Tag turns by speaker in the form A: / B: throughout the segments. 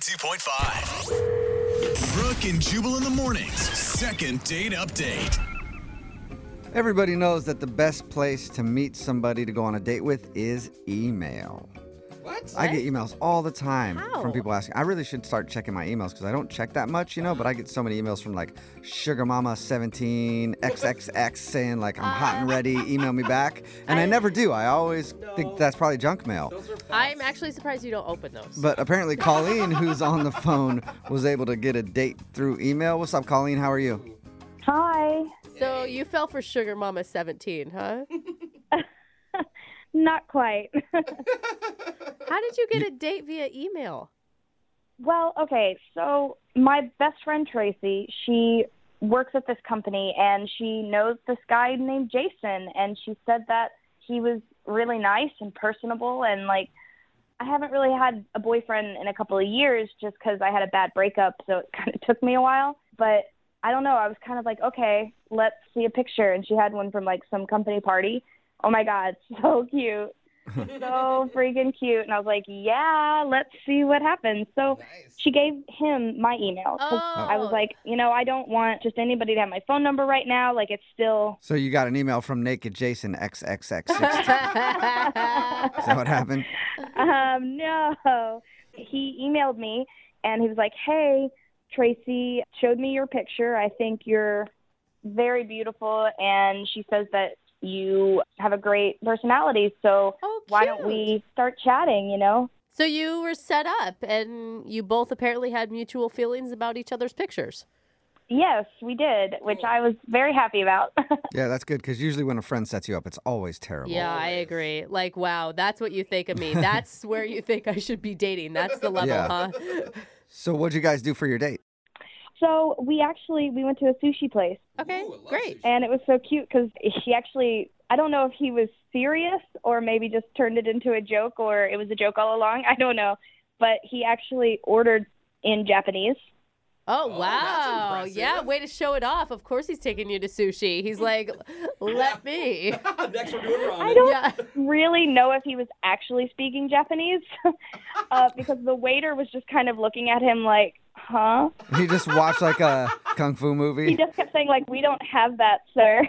A: 102.5. Brooke and Jubal in the mornings. Second date update.
B: Everybody knows that the best place to meet somebody to go on a date with is email.
C: What?
B: I get emails all the time
C: How?
B: from people asking. I really should start checking my emails because I don't check that much, you know, but I get so many emails from like Sugar Mama 17 xxx saying like I'm hot and ready, email me back. And I, never do. I always think that's probably junk mail.
D: I'm actually surprised you don't open those.
B: But apparently Colleen, who's on the phone, was able to get a date through email. What's up, Colleen? How are you?
E: Hi.
D: so you fell for Sugar Mama 17, huh?
E: Not quite.
D: How did you get a date via email?
E: well, okay. So, my best friend Tracy, she works at this company and she knows this guy named Jason and she said that he was really nice and personable and like I haven't really had a boyfriend in a couple of years just cuz I had a bad breakup, so it kind of took me a while, but I don't know. I was kind of like, okay, let's see a picture. And she had one from like some company party. Oh my God, so cute. so freaking cute. And I was like, yeah, let's see what happens. So she gave him my email. 'cause I
D: Oh.
E: was like, you know, I don't want just anybody to have my phone number right now. Like, it's still.
B: So you got an email from Naked Jason XXX. Is
D: That's
B: that what happened?
E: um, no. He emailed me and he was like, Hey, Tracy showed me your picture. I think you're very beautiful. And she says that you have a great personality. So
D: Oh,
E: why don't
D: cute.
E: we start chatting, you know?
D: So you were set up and you both apparently had mutual feelings about each other's pictures.
E: Yes, we did, which I was very happy about.
B: Yeah, that's good because usually when a friend sets you up, it's always terrible.
D: Yeah, I agree. Like, wow, that's what you think of me. That's where you think I should be dating. That's the level,
B: Yeah.
D: huh?
B: So what'd you guys do for your date?
E: so we actually we went to a sushi place
D: Okay, great.
E: and it was so cute because he actually i don't know if he was serious or maybe just turned it into a joke or it was a joke all along i don't know but he actually ordered in japanese
D: Oh,
C: Oh, that's
D: wow. yeah,
C: impressive.
D: way to show it off. Of course he's taking you to sushi. He's like, let me.
C: Next we're doing ramen.
E: I don't-
D: Yeah.
E: really know if he was actually speaking japanese uh, because the waiter was just kind of looking at him like huh
B: You just watched like a kung fu
E: he
B: movie.
E: just kept saying like we don't have that sir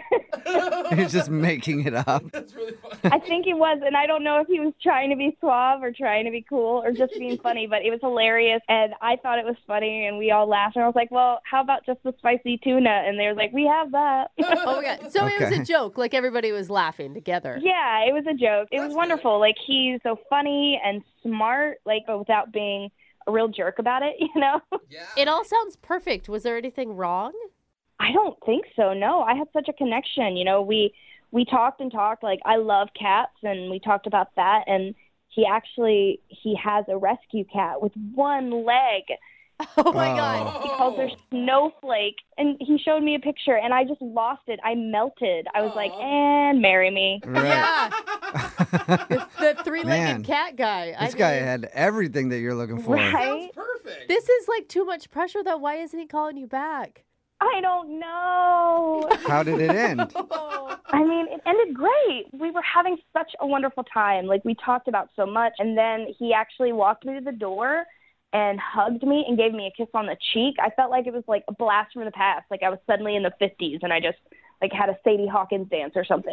B: He's just making it up.
D: Oh
C: That's really funny.
E: i think he was and i don't know if he was trying to be suave or trying to be cool or just being funny but it was hilarious and i thought it was funny and we all laughed and i was like well how about just the spicy tuna and they were like we have that
D: Oh my god. So it was
B: Okay.
D: a joke. Like everybody was laughing together.
E: Yeah, it was a joke. It was wonderful. Like he's so funny and smart, like but without being a real jerk about it, you know?
C: yeah.
D: It all sounds perfect. Was there anything wrong?
E: I don't think so. No, I had such a connection, you know. We we talked and talked like I love cats and we talked about that and he actually he has a rescue cat with one leg.
D: Oh my
B: Oh.
D: god.
E: He calls her Snowflake and he showed me a picture and I just lost it. I melted. I was like, "And marry me."
B: Right.
D: Yeah. the, the
B: Man.
D: three-legged cat guy. I
B: This guy
D: mean,
B: had everything that you're looking for.
E: Right?
C: Sounds perfect.
D: This is like too much pressure though. Why isn't he calling you back?
E: I don't know.
B: How did it end?
E: I mean, it ended great. We were having such a wonderful time. Like, we talked about so much. And then he actually walked me to the door and hugged me and gave me a kiss on the cheek. I felt like it was like a blast from the past. Like, I was suddenly in the 50s and I just, like, had a Sadie Hawkins dance or something.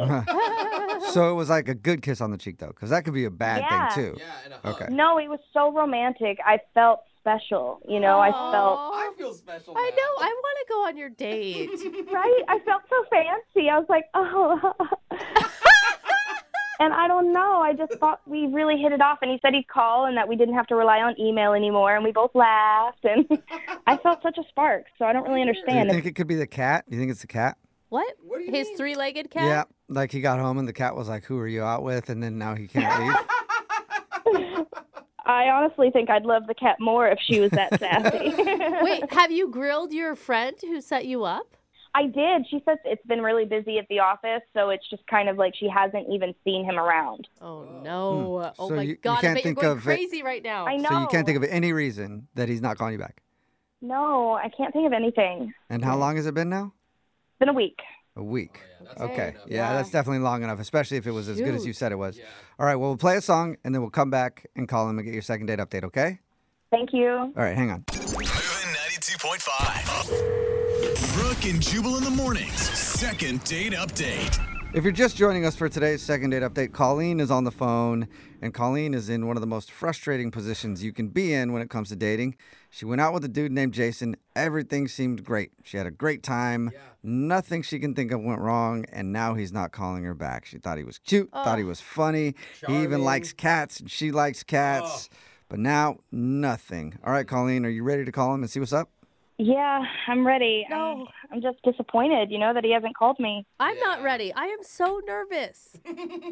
B: So it was like a good kiss on the cheek though, because that could be a bad
E: Yeah.
B: thing too.
C: yeah, and a hug.
B: Okay.
E: no, it was so romantic. I felt special. You know, I felt,
D: Aw.
C: I feel special.
D: Oh, I
C: now.
D: know. I want to go on your date.
E: right? I felt so fancy. I was like, oh. And I don't know. I just thought we really hit it off. And he said he'd call and that we didn't have to rely on email anymore. And we both laughed. And I felt such a spark. So I don't really
B: Do you
E: understand.
B: think it could be the cat? You think it's the cat?
D: What?
C: What do you
D: His
C: mean?
D: three-legged cat?
B: Yeah. Like he got home and the cat was like, "Who are you out with?" And then now he can't leave.
E: I honestly think I'd love the cat more if she was that sassy.
D: Wait, have you grilled your friend who set you up?
E: I did. She says it's been really busy at the office. So it's just kind of like she hasn't even seen him around.
D: Oh no. Oh
B: Hmm. So
D: my
B: you- you
D: god, I
B: can't
D: bet you're
B: think
D: going
B: of it-
D: crazy right now.
E: I know.
B: Oh, So you can't think of any reason that he's not calling you back.
E: No, I can't think of anything. It's
B: And how long has it been now?
E: been a week.
B: A week. okay. Yeah,
D: Yeah.
B: that's definitely long enough, especially if it was as good as you
D: Shoot.
B: said it was. All right, well, we'll play a song and then we'll come back and call him and get your second date update, okay?
E: Thank you.
B: All right, hang on.
A: Moving 92.5. Brooke and Jubal in the mornings. Second date update.
B: If you're just joining us for today's second date update, Colleen is on the phone, and Colleen is in one of the most frustrating positions you can be in when it comes to dating. She went out with a dude named Jason. Everything seemed great. She had a great time. Nothing she can think of went wrong, and now he's not calling her back. She thought he was cute, thought he was funny. He even
C: Charming.
B: likes cats, and she likes cats. But now, nothing. All right, Colleen, are you ready to call him and see what's up?
E: Yeah, I'm ready. I'm, I'm just disappointed, you know, that he hasn't called me.
D: I'm not ready. I am so nervous.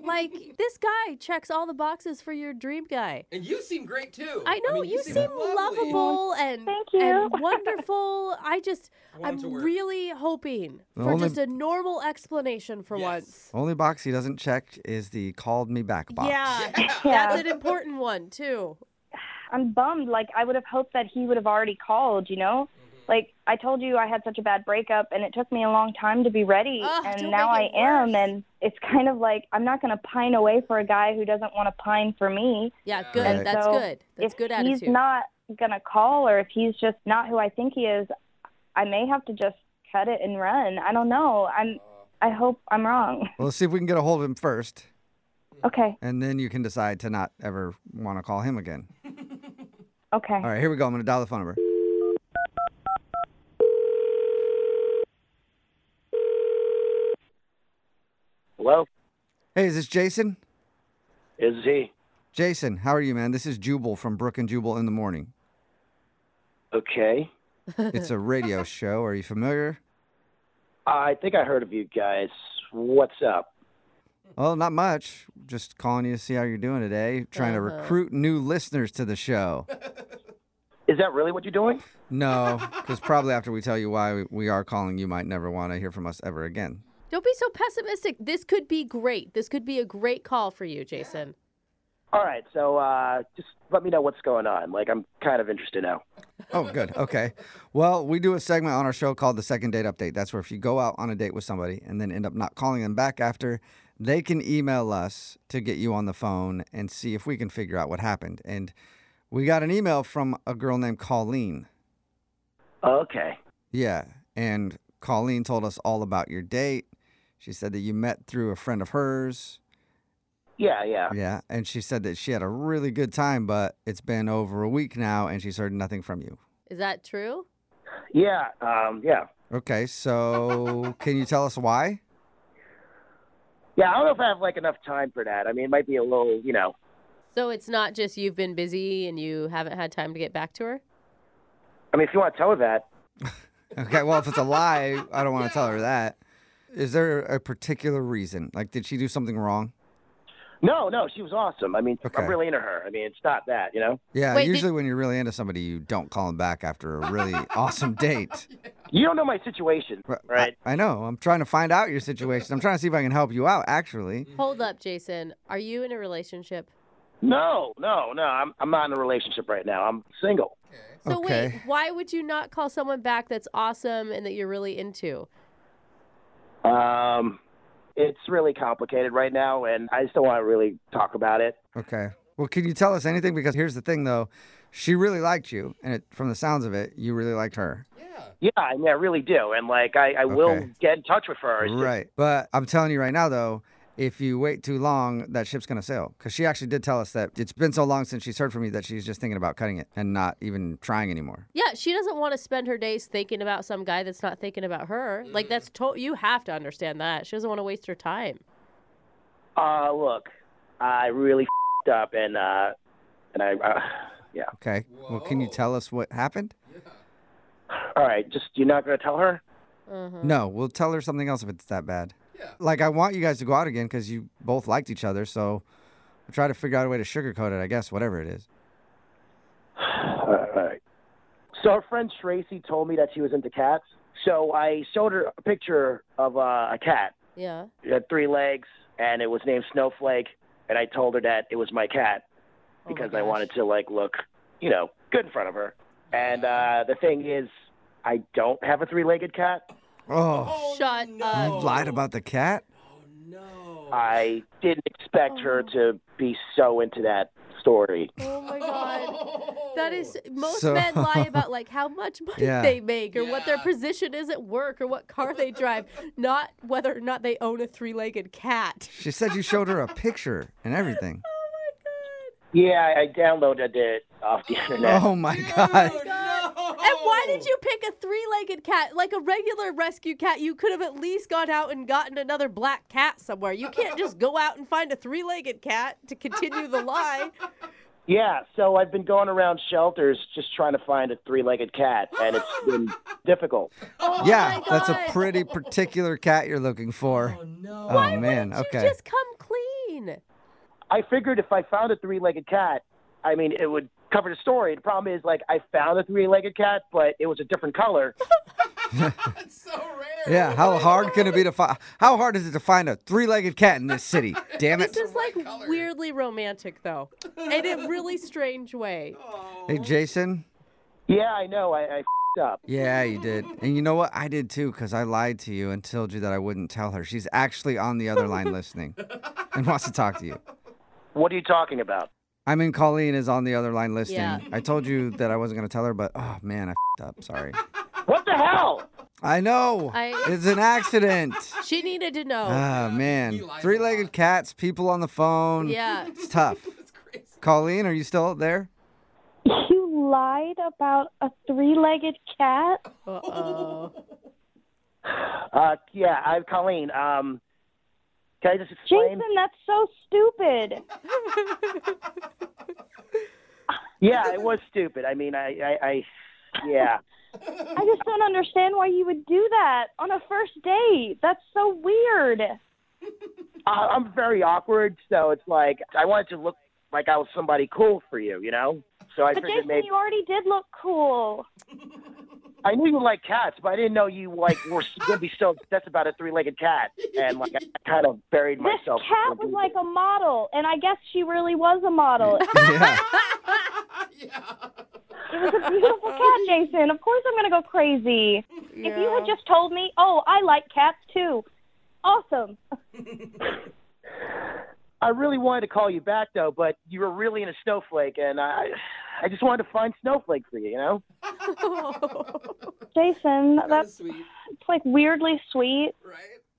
D: like this guy checks all the boxes for your dream guy.
C: And you seem great too.
D: I know
C: mean,
D: you, seem
C: lovely.
D: lovable and
E: Thank
D: and
E: you.
D: wonderful. I just
C: want
D: I'm
C: to work.
D: really hoping
B: The
D: for
B: only-
D: just a normal explanation for
C: Yes.
D: once.
B: Only box he doesn't check is the called me back Oh, box.
D: Yeah,
E: Yeah.
D: that's an important one too.
E: I'm bummed. Like, I would have hoped that he would have already called, you know?
B: Mm-hmm.
E: Like, I told you I had such a bad breakup, and it took me a long time to be ready.
D: Ugh,
E: and
D: don't
E: now I
D: make it
E: am.
D: worse.
E: And it's kind of like I'm not going to pine away for a guy who doesn't want to pine for me.
D: Yeah,
C: Yeah.
D: good.
B: Right.
D: That's
E: So,
D: good. That's
E: if
D: good
E: he's
D: attitude.
E: not going to call, or if he's just not who I think he is, I may have to just cut it and run. I don't know. I'm.
B: Uh.
E: I hope I'm wrong.
B: Well, let's see if we can get a hold of him first,
E: Okay.
B: and then you can decide to not ever want to call him again.
E: Okay.
B: All right, here we go. I'm going to dial the phone number.
F: Hello,
B: Hey, is this Jason?
F: is he?
B: Jason, how are you, man? This is Jubal from Brook and Jubal in the Morning.
F: Okay.
B: It's a radio show. Are you familiar?
F: I think I heard of you guys. What's up?
B: Well, not much. Just calling you to see how you're doing today. Trying to
D: Uh-huh.
B: recruit new listeners to the show.
F: Is that really what you're doing?
B: No, because probably after we tell you why we- we are calling, you might never want to hear from us ever again.
D: Don't be so pessimistic. This could be great. This could be a great call for you, Jason.
F: All right, so uh, just let me know what's going on. Like, I'm kind of interested now.
B: Oh, good. Okay. Well, we do a segment on our show called the second date update. That's where if you go out on a date with somebody and then end up not calling them back after, they can email us to get you on the phone and see if we can figure out what happened. And we got an email from a girl named Colleen.
F: Okay.
B: Yeah. And Colleen told us all about your date. She said that you met through a friend of hers.
F: Yeah, yeah.
B: Yeah. And she said that she had a really good time, but it's been over a week now and she's heard nothing from you.
D: Is that true?
F: Yeah, um, yeah.
B: Okay. So can you tell us why?
F: Yeah, I don't know if I have, like, enough time for that. I mean, it might be a little, you know.
D: So it's not just you've been busy and you haven't had time to get back to her.
F: I mean, if you want to tell her that.
B: Okay, well, if it's a lie, I don't want to tell her that. Is there a particular reason? Like, did she do something wrong?
F: No, no, she was awesome. I mean,
B: Okay.
F: I'm really into her. I mean, it's not that, you know?
B: Yeah,
D: Wait, did-
B: usually when you're really into somebody, you don't call them back after a really awesome date.
F: You don't know my situation,
B: R- I-
F: right?
B: I, know. I'm trying to find out your situation. I'm trying to see if I can help you out, actually.
D: Hold up, Jason. Are you in a relationship?
F: No, no, no. I'm, I'm not in a relationship right now. I'm single.
D: So wait,
B: Okay.
D: why would you not call someone back that's awesome and that you're really into?
F: Um, it's really complicated right now, and I just don't want to really talk about it.
B: Okay. Well, can you tell us anything? Because here's the thing, though. She really liked you, and it, from the sounds of it, you really liked her.
F: Yeah, I mean, I really do, and like, I, I will
B: Okay.
F: get in touch with her. It's just-
B: Right. But I'm telling you right now, though, if you wait too long, that ship's going to sail. Because she actually did tell us that it's been so long since she's heard from you that she's just thinking about cutting it and not even trying anymore.
D: Yeah, she doesn't want to spend her days thinking about some guy that's not thinking about her. Like that's to- you have to understand that. She doesn't want to waste her time.
F: Uh, look, I really fed up, and uh, and I, uh, yeah.
B: Okay. Well, can you tell us what happened?
F: All right, just you're not gonna tell her.
D: Uh-huh.
B: No, we'll tell her something else if it's that bad.
C: Yeah.
B: Like, I want you guys to go out again because you both liked each other. So we'll try to figure out a way to sugarcoat it, I guess, whatever it is.
F: All right, all right. So our friend Tracy told me that she was into cats. So I showed her a picture of uh, a cat.
D: Yeah.
F: It had three legs, and it was named Snowflake. And I told her that it was my cat.
D: Oh my
F: because I
D: gosh.
F: wanted to like look, you know, good in front of her. And uh, the thing is, I don't have a three-legged cat.
B: Oh,
D: Shut
B: you
D: up.
B: lied about the cat?
C: Oh,
D: Oh.
F: I didn't expect her to be so into that story.
D: Oh my Oh god. That is most
B: So-
D: men lie about like how much money
B: Yeah.
D: they make or what their
C: Yeah.
D: position is at work or what car they drive, not whether or not they own a three-legged cat.
B: She said you showed her a picture and everything.
F: Yeah, I I downloaded it off the internet.
B: Oh my god.
C: no.
D: And why
C: Oh.
D: did you pick a three-legged cat? Like a regular rescue cat, you could have at least gone out and gotten another black cat somewhere. You can't just go out and find a three-legged cat to continue the lie.
B: Oh,
F: Yeah, so I've been going around shelters just trying to find a three-legged cat, and it's been difficult.
D: Oh
B: yeah,
D: my
B: that's a
D: God.
B: pretty particular cat you're looking for.
C: Oh no.
B: Oh man,
D: You
B: okay.
D: just come clean.
F: I figured if I found a three-legged cat, I mean, it would cover the story. The problem is, like, I found a three-legged cat, but it was a different color.
C: That's so rare.
B: Yeah, how hard can it be to find? How hard is it to find a three-legged cat in this city? Damn it!
D: This is like weirdly romantic though, in a really strange way.
B: Hey, Jason.
F: Yeah, I know. I, I f***ed up.
B: Yeah, you did. And you know what? I did too, because I lied to you and told you that I wouldn't tell her. She's actually on the other line listening and wants to talk to you.
F: What are you talking about?
B: I mean, Colleen is on the other line listening.
D: Yeah.
B: I told you that I wasn't going to tell her, but oh man, I fed up. Sorry.
F: What the hell?
B: I know.
D: I-
B: It's an accident.
D: She needed to know.
B: Ah, man.
C: lies a
B: Three legged
C: lot.
B: cats, people on the phone.
D: yeah.
B: It's tough.
C: That's crazy.
B: Colleen, are you still out there?
E: You lied about a three-legged cat?
D: Uh-oh.
F: Uh, yeah, I'm Colleen. Um, can I just explain?
E: Jason, that's so stupid.
F: Yeah, it was stupid. I mean, I, I, I yeah.
E: I just don't understand why you would do that on a first date. That's so weird.
F: uh, I'm very awkward, so it's like I wanted to look like I was somebody cool for you, you know. So I
E: But
F: figured
E: Jason,
F: maybe
E: you already did look cool.
F: I knew you like cats, but I didn't know you like were gonna be so obsessed about a three-legged cat, and like I kind of buried
E: This
F: myself.
E: cat was like a model, and I guess she really was a model.
B: Yeah.
E: It was a beautiful cat, Jason. Of course I'm going to go crazy. If you had just told me, oh, I like cats too, awesome.
F: I really wanted to call you back though, but you were really in a snowflake, and I, I just wanted to find snowflake for you, you know.
E: Jason,
C: That's
E: that's
C: sweet,
E: it's like weirdly sweet.
C: right?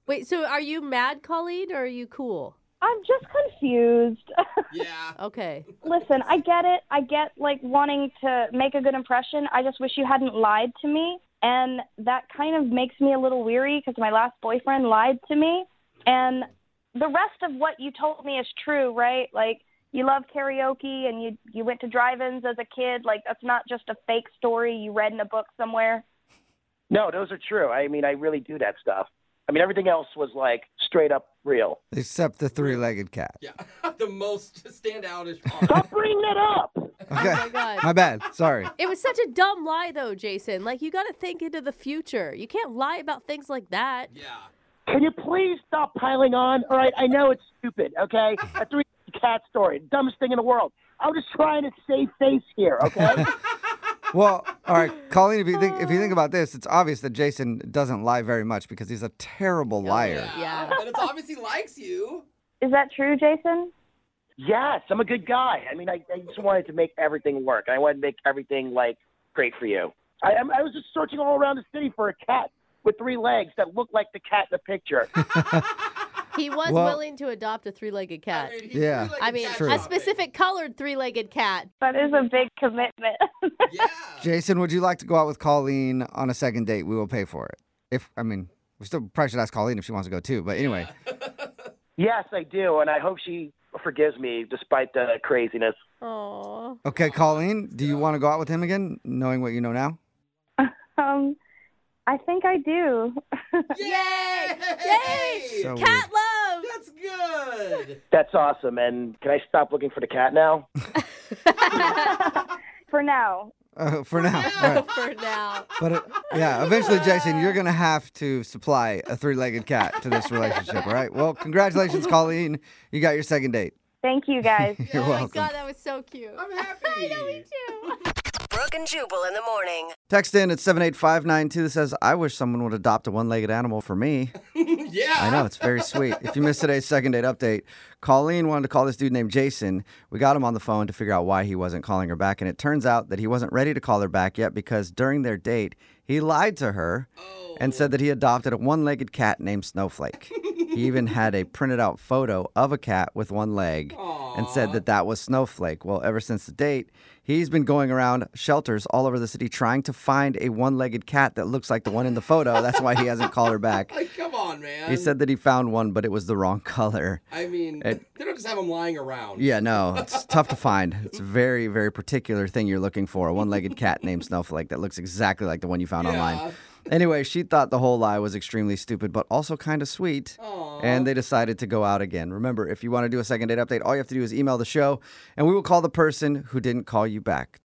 D: Wait, so are you mad, Colleen, or are you cool?
E: I'm just confused.
C: Yeah.
D: Okay.
E: Listen, I get it. I get like wanting to make a good impression. I just wish you hadn't lied to me. And that kind of makes me a little weary because my last boyfriend lied to me. And the rest of what you told me is true, right? Like you love karaoke and you you went to drive-ins as a kid. Like that's not just a fake story you read in a book somewhere.
F: No, those are true. I mean, I really do that stuff. I mean, everything else was like straight up real.
B: Except the three legged cat.
C: Yeah. the most standoutish part.
F: Stop bringing it up.
B: Okay.
D: Oh my God.
B: My bad. Sorry.
D: It was such a dumb lie, though, Jason. Like, you got to think into the future. You can't lie about things like that.
C: yeah.
F: Can you please stop piling on? All right, I know it's stupid, okay? A three cat story, dumbest thing in the world. I'm just trying to save face here, okay?
B: Well, all right, Colleen. If you think if you think about this, it's obvious that Jason doesn't lie very much because he's a terrible liar.
D: Yeah.
C: And it's obvious he likes you.
E: Is that true, Jason?
F: yes, I'm a good guy. I mean, I, I just wanted to make everything work. I wanted to make everything like great for you. I, I'm- I was just searching all around the city for a cat with three legs that looked like the cat in the picture.
D: He was
B: Well-
D: willing to adopt a three legged cat.
C: I mean, he's
B: Yeah.
C: really like
D: I
C: a
D: mean,
C: cat
D: a
C: shopping.
D: specific colored three legged cat.
E: That is a big commitment.
C: Yeah.
B: Jason, would you like to go out with Colleen on a second date? We will pay for it. If I mean, we still probably should ask Colleen if she wants to go too. But anyway,
F: yes, I do, and I hope she forgives me despite the craziness.
D: Aww.
B: okay, Colleen, do you want to go out with him again, knowing what you know now?
E: um, I think I do.
C: Yay!
D: Yay!
B: So
D: Cat love!
C: That's good.
F: That's awesome. And can I stop looking for the cat now?
E: For now,
B: weird. Uh, for now, all right.
D: for now. Oh
B: But uh, yeah, eventually, Jason, you're gonna have to supply a three-legged cat to this relationship. All right. Well, congratulations, Colleen. You got your second date.
E: thank you guys.
B: You're
D: oh
B: welcome.
D: my god, that was so cute.
C: I'm happy.
D: I know me too.
G: Brooke and Jubal in the morning.
B: Text in at 78592 that says, I wish someone would adopt a one legged animal for me.
C: yeah.
B: I know, it's very sweet. If you missed today's second date update, Colleen wanted to call this dude named Jason. We got him on the phone to figure out why he wasn't calling her back. And it turns out that he wasn't ready to call her back yet because during their date, he lied to her and said that he adopted a one legged cat named Snowflake. he even had a printed out photo of a cat with one leg and said that that was Snowflake. Well, ever since the date, he's been going around shelters all over the city trying to find a one legged cat that looks like the one in the photo. That's why he hasn't called her back.
C: Like, come on, man.
B: He said that he found one, but it was the wrong color.
C: I mean, they don't just have them lying around.
B: Yeah, no, it's tough to find. It's a very, very particular thing you're looking for a one legged cat named Snowflake that looks exactly like the one you found
C: Yeah.
B: online. Anyway, she thought the whole lie was extremely stupid, but also kind of sweet. And they decided to go out again. Remember, if you want to do a second date update, all you have to do is email the show, and we will call the person who didn't call you back.